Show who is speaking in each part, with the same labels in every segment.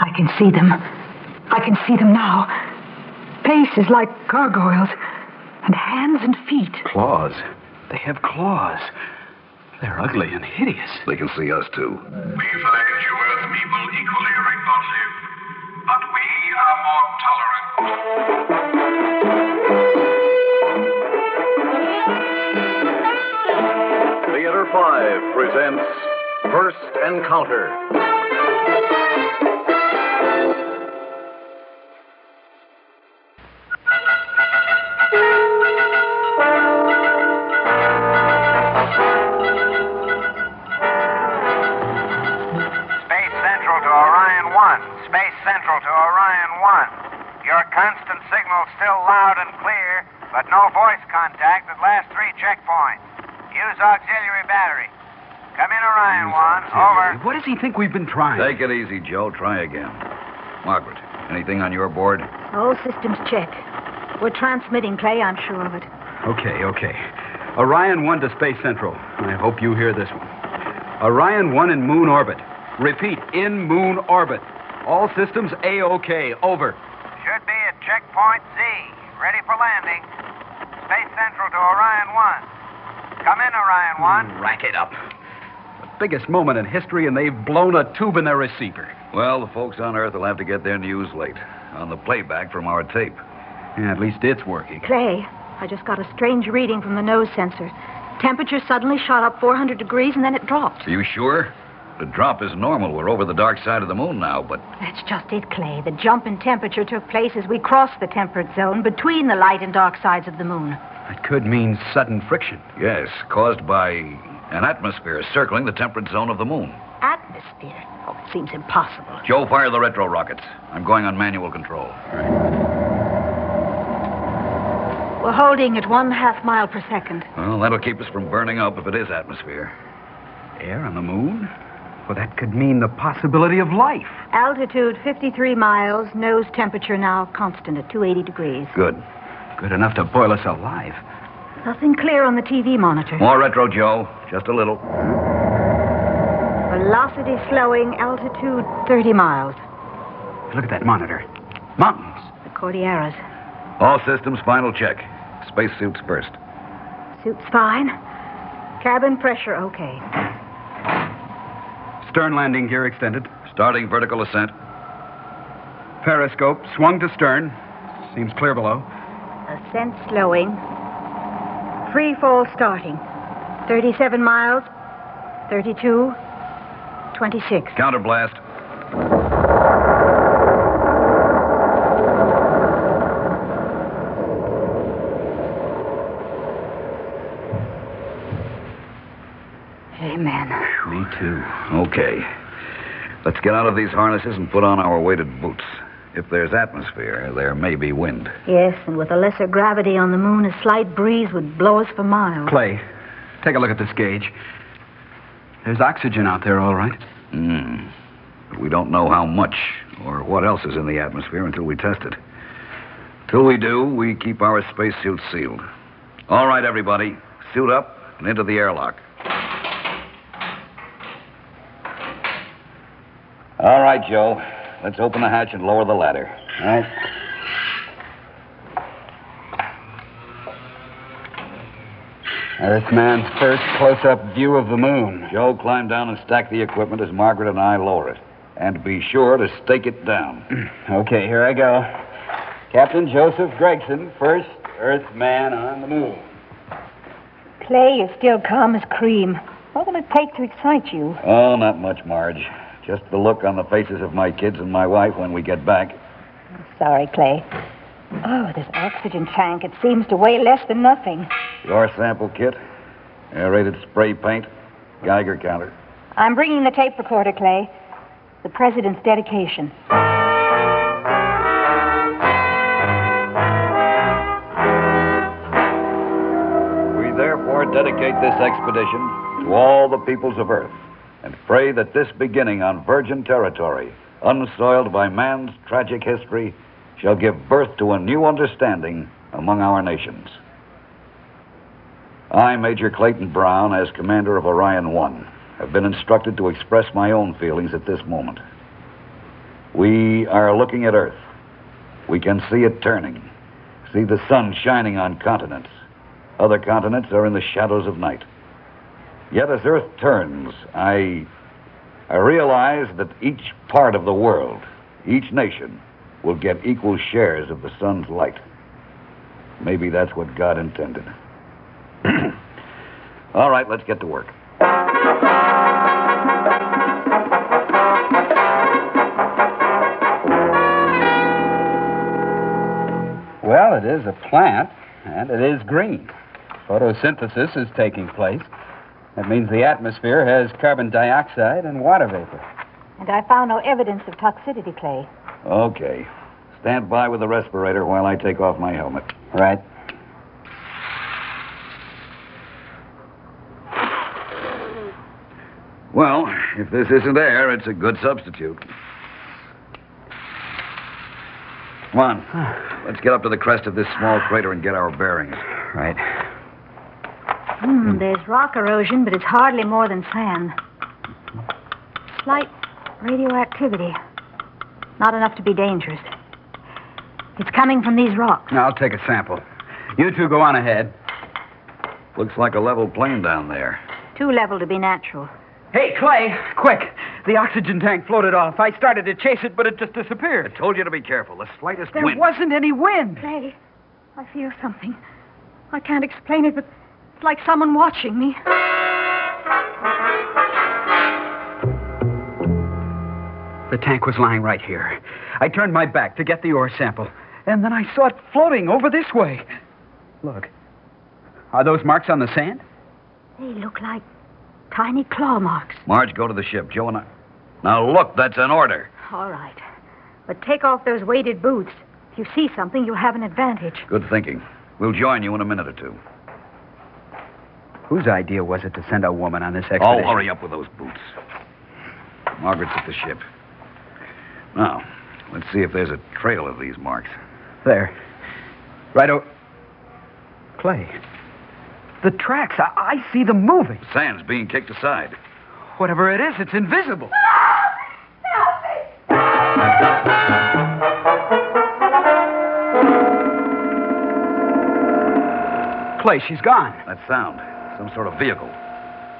Speaker 1: I can see them. I can see them now. Faces like gargoyles, and hands and feet.
Speaker 2: Claws. They have claws. They're ugly and hideous.
Speaker 3: They can see us, too.
Speaker 4: We find you earth people equally repulsive, but we are more tolerant.
Speaker 3: Theater 5 presents First Encounter.
Speaker 5: Space Central to Orion 1. Space Central to Orion 1. Your constant signal still loud and clear, but no voice contact at last three checkpoints. Use auxiliary battery. Come in, Orion 1. Over.
Speaker 2: What does he think we've been trying?
Speaker 3: Take it easy, Joe. Try again. Margaret, anything on your board?
Speaker 6: All systems check. We're transmitting, Clay, I'm sure of it.
Speaker 3: e-
Speaker 2: Okay, okay. Orion 1 to Space Central. I hope you hear this one. Orion 1 in moon orbit. Repeat, in moon orbit. All systems A OK. Over.
Speaker 5: Should be at checkpoint Z. Ready for landing. Space Central to Orion 1. Come in, Orion
Speaker 3: Hmm.
Speaker 5: 1.
Speaker 2: Rack it up. The biggest moment in history, and they've blown a tube in their receiver.
Speaker 3: Well, the folks on Earth will have to get their news late on the playback from our tape.
Speaker 2: Yeah, at least it's working.
Speaker 6: Clay, I just got a strange reading from the nose sensor. Temperature suddenly shot up 400 degrees and then it dropped.
Speaker 3: Are you sure? The drop is normal. We're over the dark side of the moon now, but
Speaker 6: That's just it, Clay. The jump in temperature took place as we crossed the temperate zone between the light and dark sides of the moon.
Speaker 2: That could mean sudden friction.
Speaker 3: yes, caused by an atmosphere circling the temperate zone of the moon.
Speaker 6: Atmosphere? Oh, it seems impossible.
Speaker 3: Joe, fire the retro rockets. I'm going on manual control.
Speaker 6: We're holding at one half mile per second.
Speaker 3: Well, that'll keep us from burning up if it is atmosphere.
Speaker 2: Air on the moon? Well, that could mean the possibility of life.
Speaker 6: Altitude 53 miles, nose temperature now constant at 280 degrees.
Speaker 2: Good. Good enough to boil us alive.
Speaker 6: Nothing clear on the TV monitor.
Speaker 3: More retro, Joe. Just a little.
Speaker 6: Velocity slowing, altitude 30 miles.
Speaker 2: Look at that monitor. Mountains.
Speaker 6: The Cordilleras.
Speaker 3: All systems final check. Space suits first.
Speaker 6: Suit's fine. Cabin pressure okay.
Speaker 2: Stern landing gear extended.
Speaker 3: Starting vertical ascent.
Speaker 2: Periscope swung to stern. Seems clear below.
Speaker 6: Ascent slowing. Free fall starting. 37 miles, 32, 26.
Speaker 3: Counterblast.
Speaker 6: Amen.
Speaker 3: Me too. Okay. Let's get out of these harnesses and put on our weighted boots. If there's atmosphere, there may be wind.
Speaker 6: Yes, and with a lesser gravity on the moon, a slight breeze would blow us for miles.
Speaker 3: Mm-hmm.
Speaker 2: Clay, take a look at this gauge. There's oxygen out there, all right.
Speaker 3: Hmm. But we don't know how much or what else is in the atmosphere until we test it. Till we do, we keep our spacesuits sealed. All right, everybody. Suit up and into the airlock. All right, Joe. Let's open the hatch and lower the ladder. All right.
Speaker 2: Earth man's first close up view of the moon.
Speaker 3: Joe, climb down and stack the equipment as Margaret and I lower it. And be sure to stake it down.
Speaker 2: Okay, here I go. Captain Joseph Gregson, first Earth man on the moon.
Speaker 6: Clay, you're still calm as cream. What will it take to excite you?
Speaker 3: Oh, not much, Marge. Just the look on the faces of my kids and my wife when we get back.
Speaker 6: Sorry, Clay. Oh, this oxygen tank, it seems to weigh less than nothing.
Speaker 3: Your sample kit, aerated spray paint, Geiger counter.
Speaker 6: I'm bringing the tape recorder, Clay. The president's dedication.
Speaker 3: We therefore dedicate this expedition to all the peoples of Earth and pray that this beginning on virgin territory, unsoiled by man's tragic history, shall give birth to a new understanding among our nations. I, Major Clayton Brown, as commander of Orion 1, have been instructed to express my own feelings at this moment. We are looking at Earth. We can see it turning, see the sun shining on continents. Other continents are in the shadows of night. Yet as Earth turns, I. I realize that each part of the world, each nation, will get equal shares of the sun's light. Maybe that's what God intended. All right, let's get to work.
Speaker 2: Well, it is a plant, and it is green. Photosynthesis is taking place. That means the atmosphere has carbon dioxide and water vapor.
Speaker 6: And I found no evidence of toxicity, Clay.
Speaker 3: Okay. Stand by with the respirator while I take off my helmet.
Speaker 2: Right.
Speaker 3: Well, if this isn't air, it's a good substitute. Come on. Let's get up to the crest of this small crater and get our bearings.
Speaker 2: Right.
Speaker 6: Hmm, there's rock erosion, but it's hardly more than sand. Slight radioactivity. Not enough to be dangerous. It's coming from these rocks.
Speaker 2: Now, I'll take a sample. You two go on ahead.
Speaker 3: Looks like a level plain down there.
Speaker 6: Too level to be natural.
Speaker 2: Hey, Clay, quick. The oxygen tank floated off. I started to chase it, but it just disappeared.
Speaker 3: Told you to be careful. The slightest
Speaker 1: There
Speaker 3: wind.
Speaker 1: wasn't any wind.
Speaker 6: Clay, I feel something. I can't explain it, but it's like someone watching me.
Speaker 2: The tank was lying right here. I turned my back to get the ore sample, and then I saw it floating over this way. Look. Are those marks on the sand?
Speaker 6: They look like tiny claw marks.
Speaker 3: Marge, go to the ship. Joe and I. Now look, that's an order.
Speaker 6: All right. But take off those weighted boots. If you see something, you'll have an advantage.
Speaker 3: Good thinking. We'll join you in a minute or two.
Speaker 2: Whose idea was it to send a woman on this
Speaker 3: Oh,
Speaker 2: expedition?
Speaker 3: hurry up with those boots. Margaret's at the ship. Now, let's see if there's a trail of these marks.
Speaker 2: There. Right o Clay. The tracks. I, I see them moving.
Speaker 3: Sand's being kicked aside.
Speaker 2: Whatever it is, it's invisible. Clay, she's gone.
Speaker 3: That sound. Some sort of vehicle.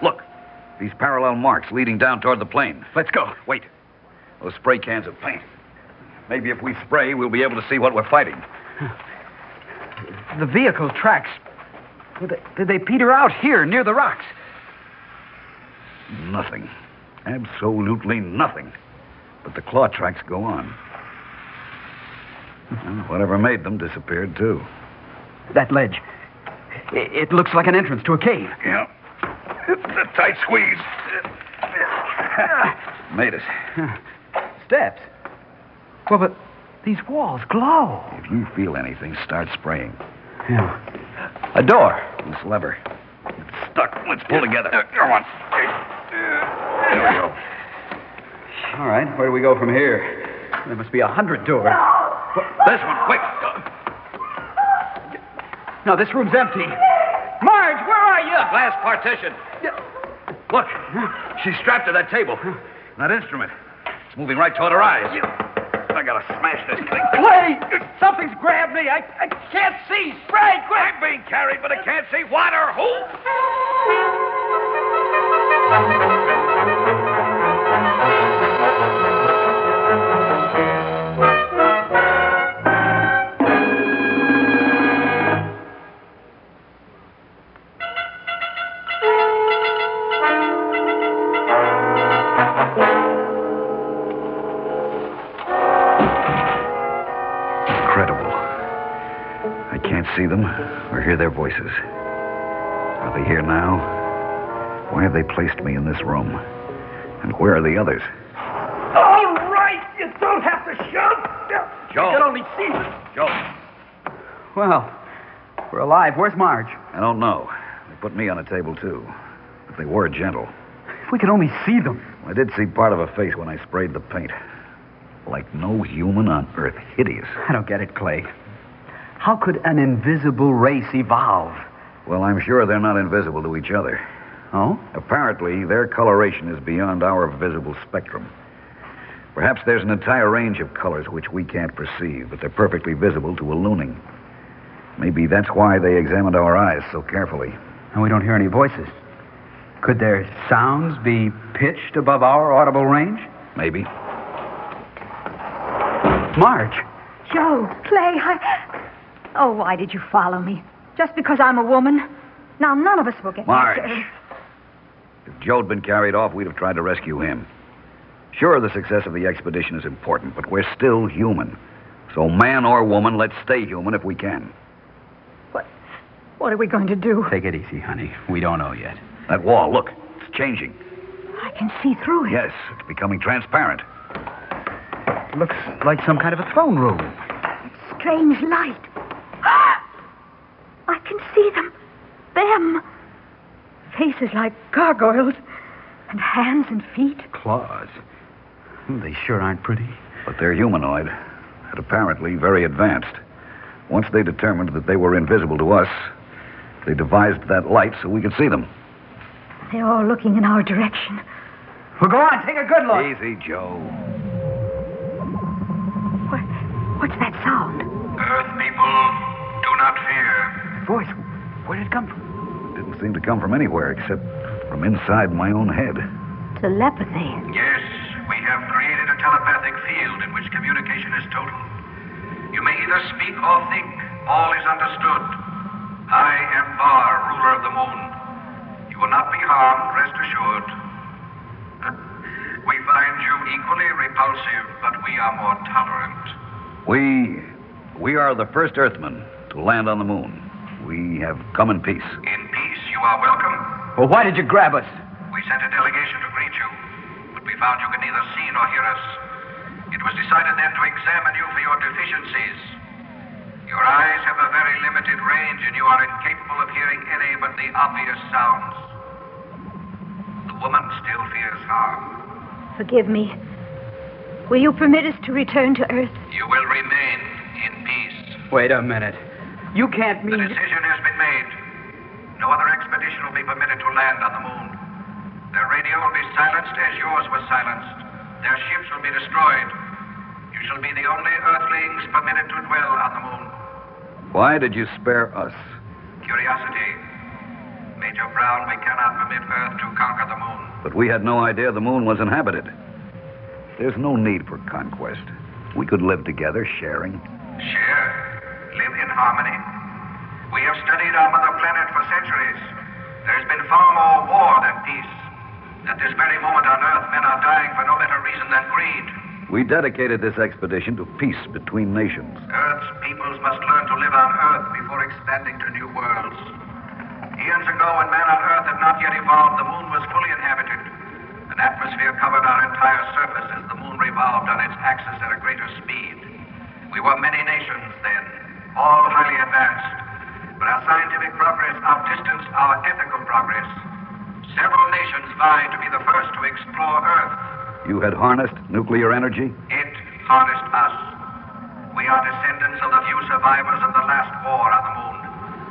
Speaker 3: Look. These parallel marks leading down toward the plane.
Speaker 2: Let's go.
Speaker 3: Wait. Those spray cans of paint. Maybe if we spray, we'll be able to see what we're fighting.
Speaker 2: The vehicle tracks. Did they, did they peter out here near the rocks?
Speaker 3: Nothing. Absolutely nothing. But the claw tracks go on. Well, whatever made them disappeared, too.
Speaker 2: That ledge. I- It, looks like an entrance to a cave.
Speaker 3: Yeah. It's a tight squeeze. Made us.
Speaker 2: Steps. Well, but these walls glow.
Speaker 3: If you feel anything, start spraying.
Speaker 2: Yeah. A door.
Speaker 3: This lever. It's stuck. Let's pull together. Come on. There we go.
Speaker 2: All right, where do we go from here? There must be a hundred doors.
Speaker 3: This one, quick.
Speaker 2: No, this room's empty. Marge, where are you?
Speaker 3: Glass partition. Look, hmm, she's strapped to that table. hmm, That instrument. It's moving right toward her eyes. I gotta smash this thing.
Speaker 2: Clay! Something's grabbed me. I, I can't see. Spray, quick!
Speaker 3: I'm being carried, but I can't see what or who. Incredible. I can't see them or hear their voices. Are they here now? Why have they placed me in this room? And where are the others?
Speaker 2: All right, you don't have to shove.
Speaker 3: Joe.
Speaker 2: You can only see.
Speaker 3: Joe.
Speaker 2: Well, we're alive. Where's Marge?
Speaker 3: I don't know. They put me on a table, too. But they were gentle.
Speaker 2: If we could only see them.
Speaker 3: I did see part of a face when I sprayed the paint. Like no human on earth. Hideous.
Speaker 2: I don't get it, Clay. How could an invisible race evolve?
Speaker 3: Well, I'm sure they're not invisible to each other.
Speaker 2: Oh?
Speaker 3: Apparently, their coloration is beyond our visible spectrum. Perhaps there's an entire range of colors which we can't perceive, but they're perfectly visible to a looning. Maybe that's why they examined our eyes so carefully.
Speaker 2: And we don't hear any voices. Could their sounds be pitched above our audible range?
Speaker 3: Maybe.
Speaker 2: March,
Speaker 6: Joe, Clay, I. Oh, why did you follow me? Just because I'm a woman? Now, none of us will get
Speaker 3: Marge.
Speaker 6: Mr.
Speaker 3: If Joe'd been carried off, we'd have tried to rescue him. Sure, the success of the expedition is important, but we're still human. So, man or woman, let's stay human if we can.
Speaker 6: What, what are we going to do?
Speaker 2: take it easy, honey. We don't know yet.
Speaker 3: That wall, look, it's changing.
Speaker 6: I can see through it.
Speaker 3: Yes, it's becoming transparent.
Speaker 2: Looks like some kind of a throne room.
Speaker 6: Strange light. I can see them. Them. Faces like gargoyles, and hands and feet.
Speaker 2: Claws. They sure aren't pretty.
Speaker 3: But they're humanoid, and apparently very advanced. Once they determined that they were invisible to us, they devised that light so we could see them.
Speaker 6: They're all looking in our direction.
Speaker 2: Well, go on, take a good look.
Speaker 3: Easy, Joe.
Speaker 6: What, what's that sound?
Speaker 4: Earth people, do not fear.
Speaker 2: Voice, where did it come from?
Speaker 3: Didn't seem to come from anywhere except from inside my own head.
Speaker 6: Telepathy.
Speaker 4: Yes, we have created a telepathic field in which communication is total. You may either speak or think. All is understood. I am Bar, ruler of the moon. You will not be harmed, rest assured. we find you equally repulsive, but we are more tolerant.
Speaker 3: We. We are the first Earthmen to land on the moon. We have come in peace.
Speaker 4: In peace, you are welcome.
Speaker 2: Well, why did you grab us?
Speaker 4: We sent a delegation to greet you, but we found you could neither see nor hear us. It was decided then to examine you for your deficiencies. Your eyes have a very limited range, and you are incapable of hearing any but the obvious sounds. The woman still fears harm.
Speaker 6: Forgive me. Will you permit us to return to Earth?
Speaker 4: You will remain in peace.
Speaker 2: Wait a minute. You can't
Speaker 4: The
Speaker 2: mean.
Speaker 4: decision has been made. No other expedition will be permitted to land on the moon. Their radio will be silenced as yours was silenced. Their ships will be destroyed. You shall be the only Earthlings permitted to dwell on the moon.
Speaker 3: Why did you spare us?
Speaker 4: Curiosity. Major Brown, we cannot permit Earth to conquer the moon.
Speaker 3: But we had no idea the moon was inhabited. There's no need for conquest. We could live together, sharing.
Speaker 4: Share. Live in harmony. We have studied our mother planet for centuries. There's been far more war than peace. At this very moment on Earth, men are dying for no better reason than greed.
Speaker 3: We dedicated this expedition to peace between nations.
Speaker 4: Earth's peoples must learn to live on Earth before expanding to new worlds. Eons ago, when man on Earth had not yet evolved, the moon was fully inhabited. An atmosphere covered our entire surface as the moon revolved on its axis at a greater speed. We were many nations then, all highly advanced. But our scientific progress outdistanced our ethical progress. Several nations vied to be the first to explore Earth.
Speaker 3: You had harnessed nuclear energy?
Speaker 4: It harnessed us. We are descendants of the few survivors of the last war on the moon.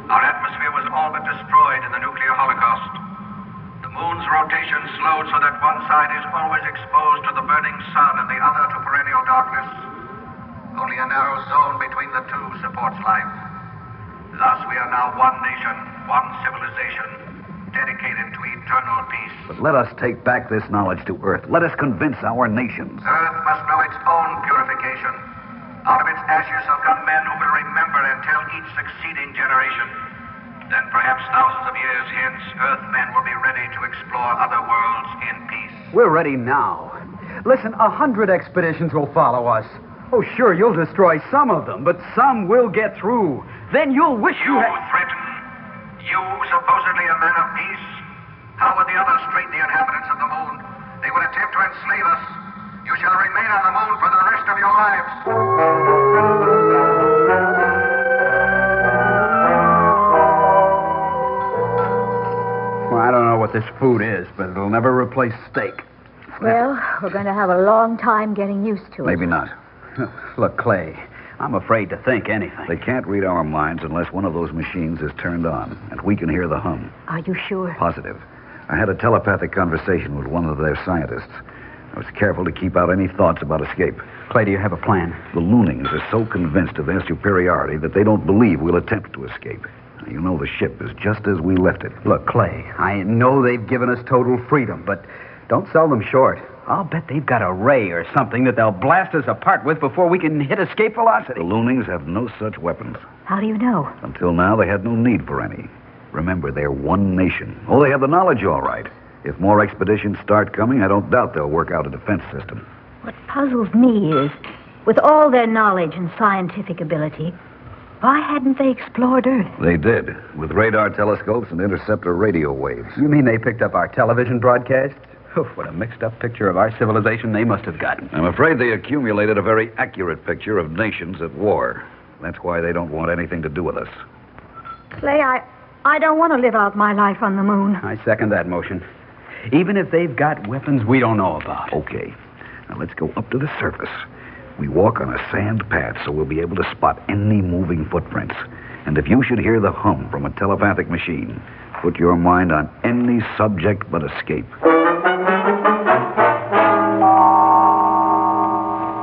Speaker 4: Our atmosphere was all but destroyed in the nuclear holocaust. The moon's rotation slowed so that one side is always exposed to the burning sun and the other to perennial darkness. Only a narrow zone between the two supports life. Thus, we are now one nation, one civilization, dedicated to eternal peace.
Speaker 3: But let us take back this knowledge to Earth. Let us convince our nations.
Speaker 4: Earth must know its own purification. Out of its ashes have come men who will remember and tell each succeeding generation. Then perhaps thousands of years hence, Earthmen will be ready to explore other worlds in peace.
Speaker 2: We're ready now. Listen, a hundred expeditions will follow us. Oh, sure, you'll destroy some of them, but some will get through. Then you'll wish you
Speaker 4: You
Speaker 2: had.
Speaker 4: threaten. You, supposedly a man of peace. How would the others treat the inhabitants of the moon? They would attempt to enslave us. You shall remain on the moon for the rest of your lives.
Speaker 2: Well, I don't know what this food is, but it'll never replace steak.
Speaker 6: Well, we're going to have a long time getting used to it.
Speaker 3: Maybe not.
Speaker 2: Look, Clay, I'm afraid to think anything.
Speaker 3: They can't read our minds unless one of those machines is turned on, and we can hear the hum.
Speaker 6: Are you sure?
Speaker 3: Positive. I had a telepathic conversation with one of their scientists. I was careful to keep out any thoughts about escape.
Speaker 2: Clay, do you have a plan?
Speaker 3: The Loonings are so convinced of their superiority that they don't believe we'll attempt to escape. Now, You know the ship is just as we left it.
Speaker 2: Look, Clay, I know they've given us total freedom, but don't sell them short. I'll bet they've got a ray or something that they'll blast us apart with before we can hit escape
Speaker 3: The
Speaker 2: velocity.
Speaker 3: Loonings have no such weapons.
Speaker 6: How do you know?
Speaker 3: Until now, they had no need for any. Remember, they're one nation. Oh, they have the knowledge, all right. If more expeditions start coming, I don't doubt they'll work out a defense system.
Speaker 6: What puzzles me is, with all their knowledge and scientific ability, why hadn't they explored Earth?
Speaker 3: They did, with radar telescopes and interceptor radio waves.
Speaker 2: You mean they picked up our television broadcasts? Oh, what a mixed up picture of our civilization they must have gotten.
Speaker 3: I'm afraid they accumulated a very accurate picture of nations at war. That's why they don't want anything to do with us.
Speaker 6: Clay, I, I don't want to live out my life on the moon.
Speaker 2: I second that motion. Even if they've got weapons we don't know about.
Speaker 3: Okay, now let's go up to the surface. We walk on a sand path, so we'll be able to spot any moving footprints. And if you should hear the hum from a telepathic machine, put your mind on any subject but escape.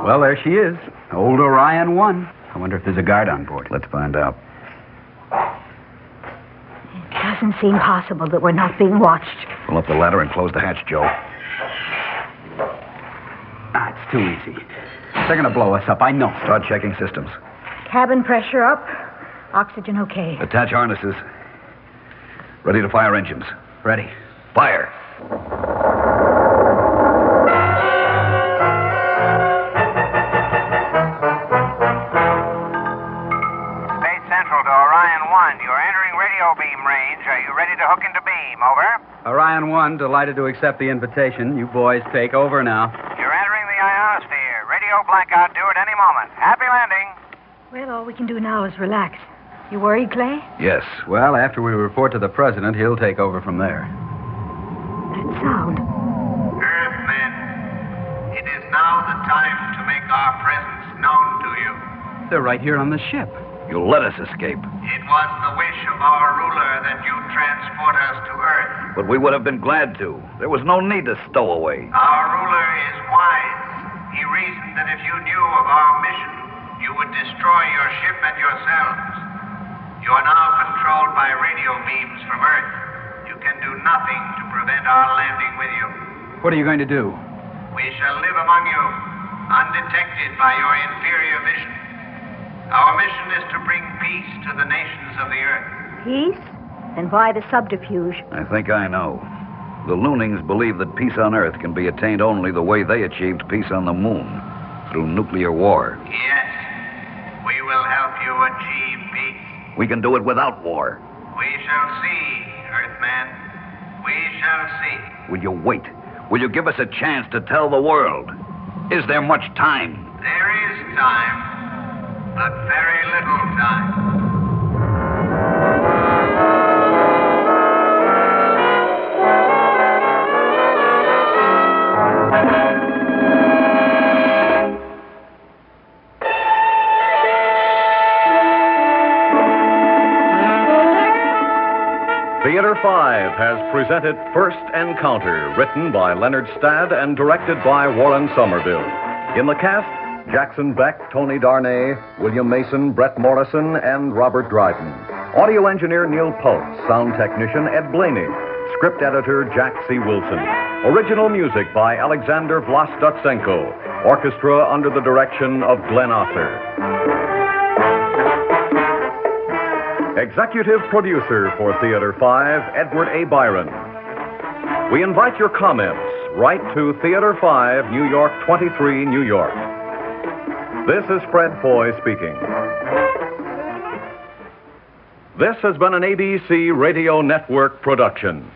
Speaker 2: Well, there she is. Old Orion 1. I wonder if there's a guard on board.
Speaker 3: Let's find out.
Speaker 6: It doesn't seem possible that we're not being watched.
Speaker 3: Pull up the ladder and close the hatch, Joe.
Speaker 2: Ah, it's too easy. They're going to blow us up, I know.
Speaker 3: Start checking systems.
Speaker 6: Cabin pressure up, oxygen okay.
Speaker 3: Attach harnesses. Ready to fire engines.
Speaker 2: Ready.
Speaker 3: Fire!
Speaker 5: Space Central to Orion 1. You're entering radio beam range. Are you ready to hook into beam? Over.
Speaker 2: Orion 1, delighted to accept the invitation. You boys take over now.
Speaker 5: You're entering the ionosphere. Radio blackout due at any moment. Happy landing.
Speaker 6: Well, all we can do now is relax. You worried, Clay?
Speaker 3: Yes.
Speaker 2: Well, after we report to the president, he'll take over from there.
Speaker 6: That sound.
Speaker 4: Earthmen, it is now the time to make our presence known to you.
Speaker 2: They're right here on the ship.
Speaker 3: You'll let us escape.
Speaker 4: It was the wish of our ruler that you transport us to Earth.
Speaker 3: But we would have been glad to. There was no need to stow away.
Speaker 4: Our ruler is wise. He reasoned that if you knew of our mission, you would destroy your ship and yourselves. You are now controlled by radio beams from Earth. You can do nothing to prevent our landing with you.
Speaker 2: What are you going to do?
Speaker 4: We shall live among you, undetected by your inferior vision. Our mission is to bring peace to the nations of the earth.
Speaker 6: Peace? Then why the subterfuge?
Speaker 3: I think I know. The Loonings believe that peace on Earth can be attained only the way they achieved peace on the moon through nuclear war.
Speaker 4: Yes, we will help you achieve peace.
Speaker 3: We can do it without war.
Speaker 4: We shall see, Earthman. We shall see.
Speaker 3: Will you wait? Will you give us a chance to tell the world? Is there much time?
Speaker 4: There is time, but very little time.
Speaker 7: Theater 5 has presented First Encounter, written by Leonard Stad and directed by Warren Somerville. In the cast, Jackson Beck, Tony Darnay, William Mason, Brett Morrison, and Robert Dryden. Audio engineer Neil Pulse, sound technician Ed Blaney, script editor Jack C. Wilson. Original music by Alexander Vlastotsenko, orchestra under the direction of Glenn Osser. Executive producer for Theater 5, Edward A. Byron. We invite your comments. Write to Theater 5, New York 23, New York. This is Fred Foy speaking. This has been an ABC Radio Network production.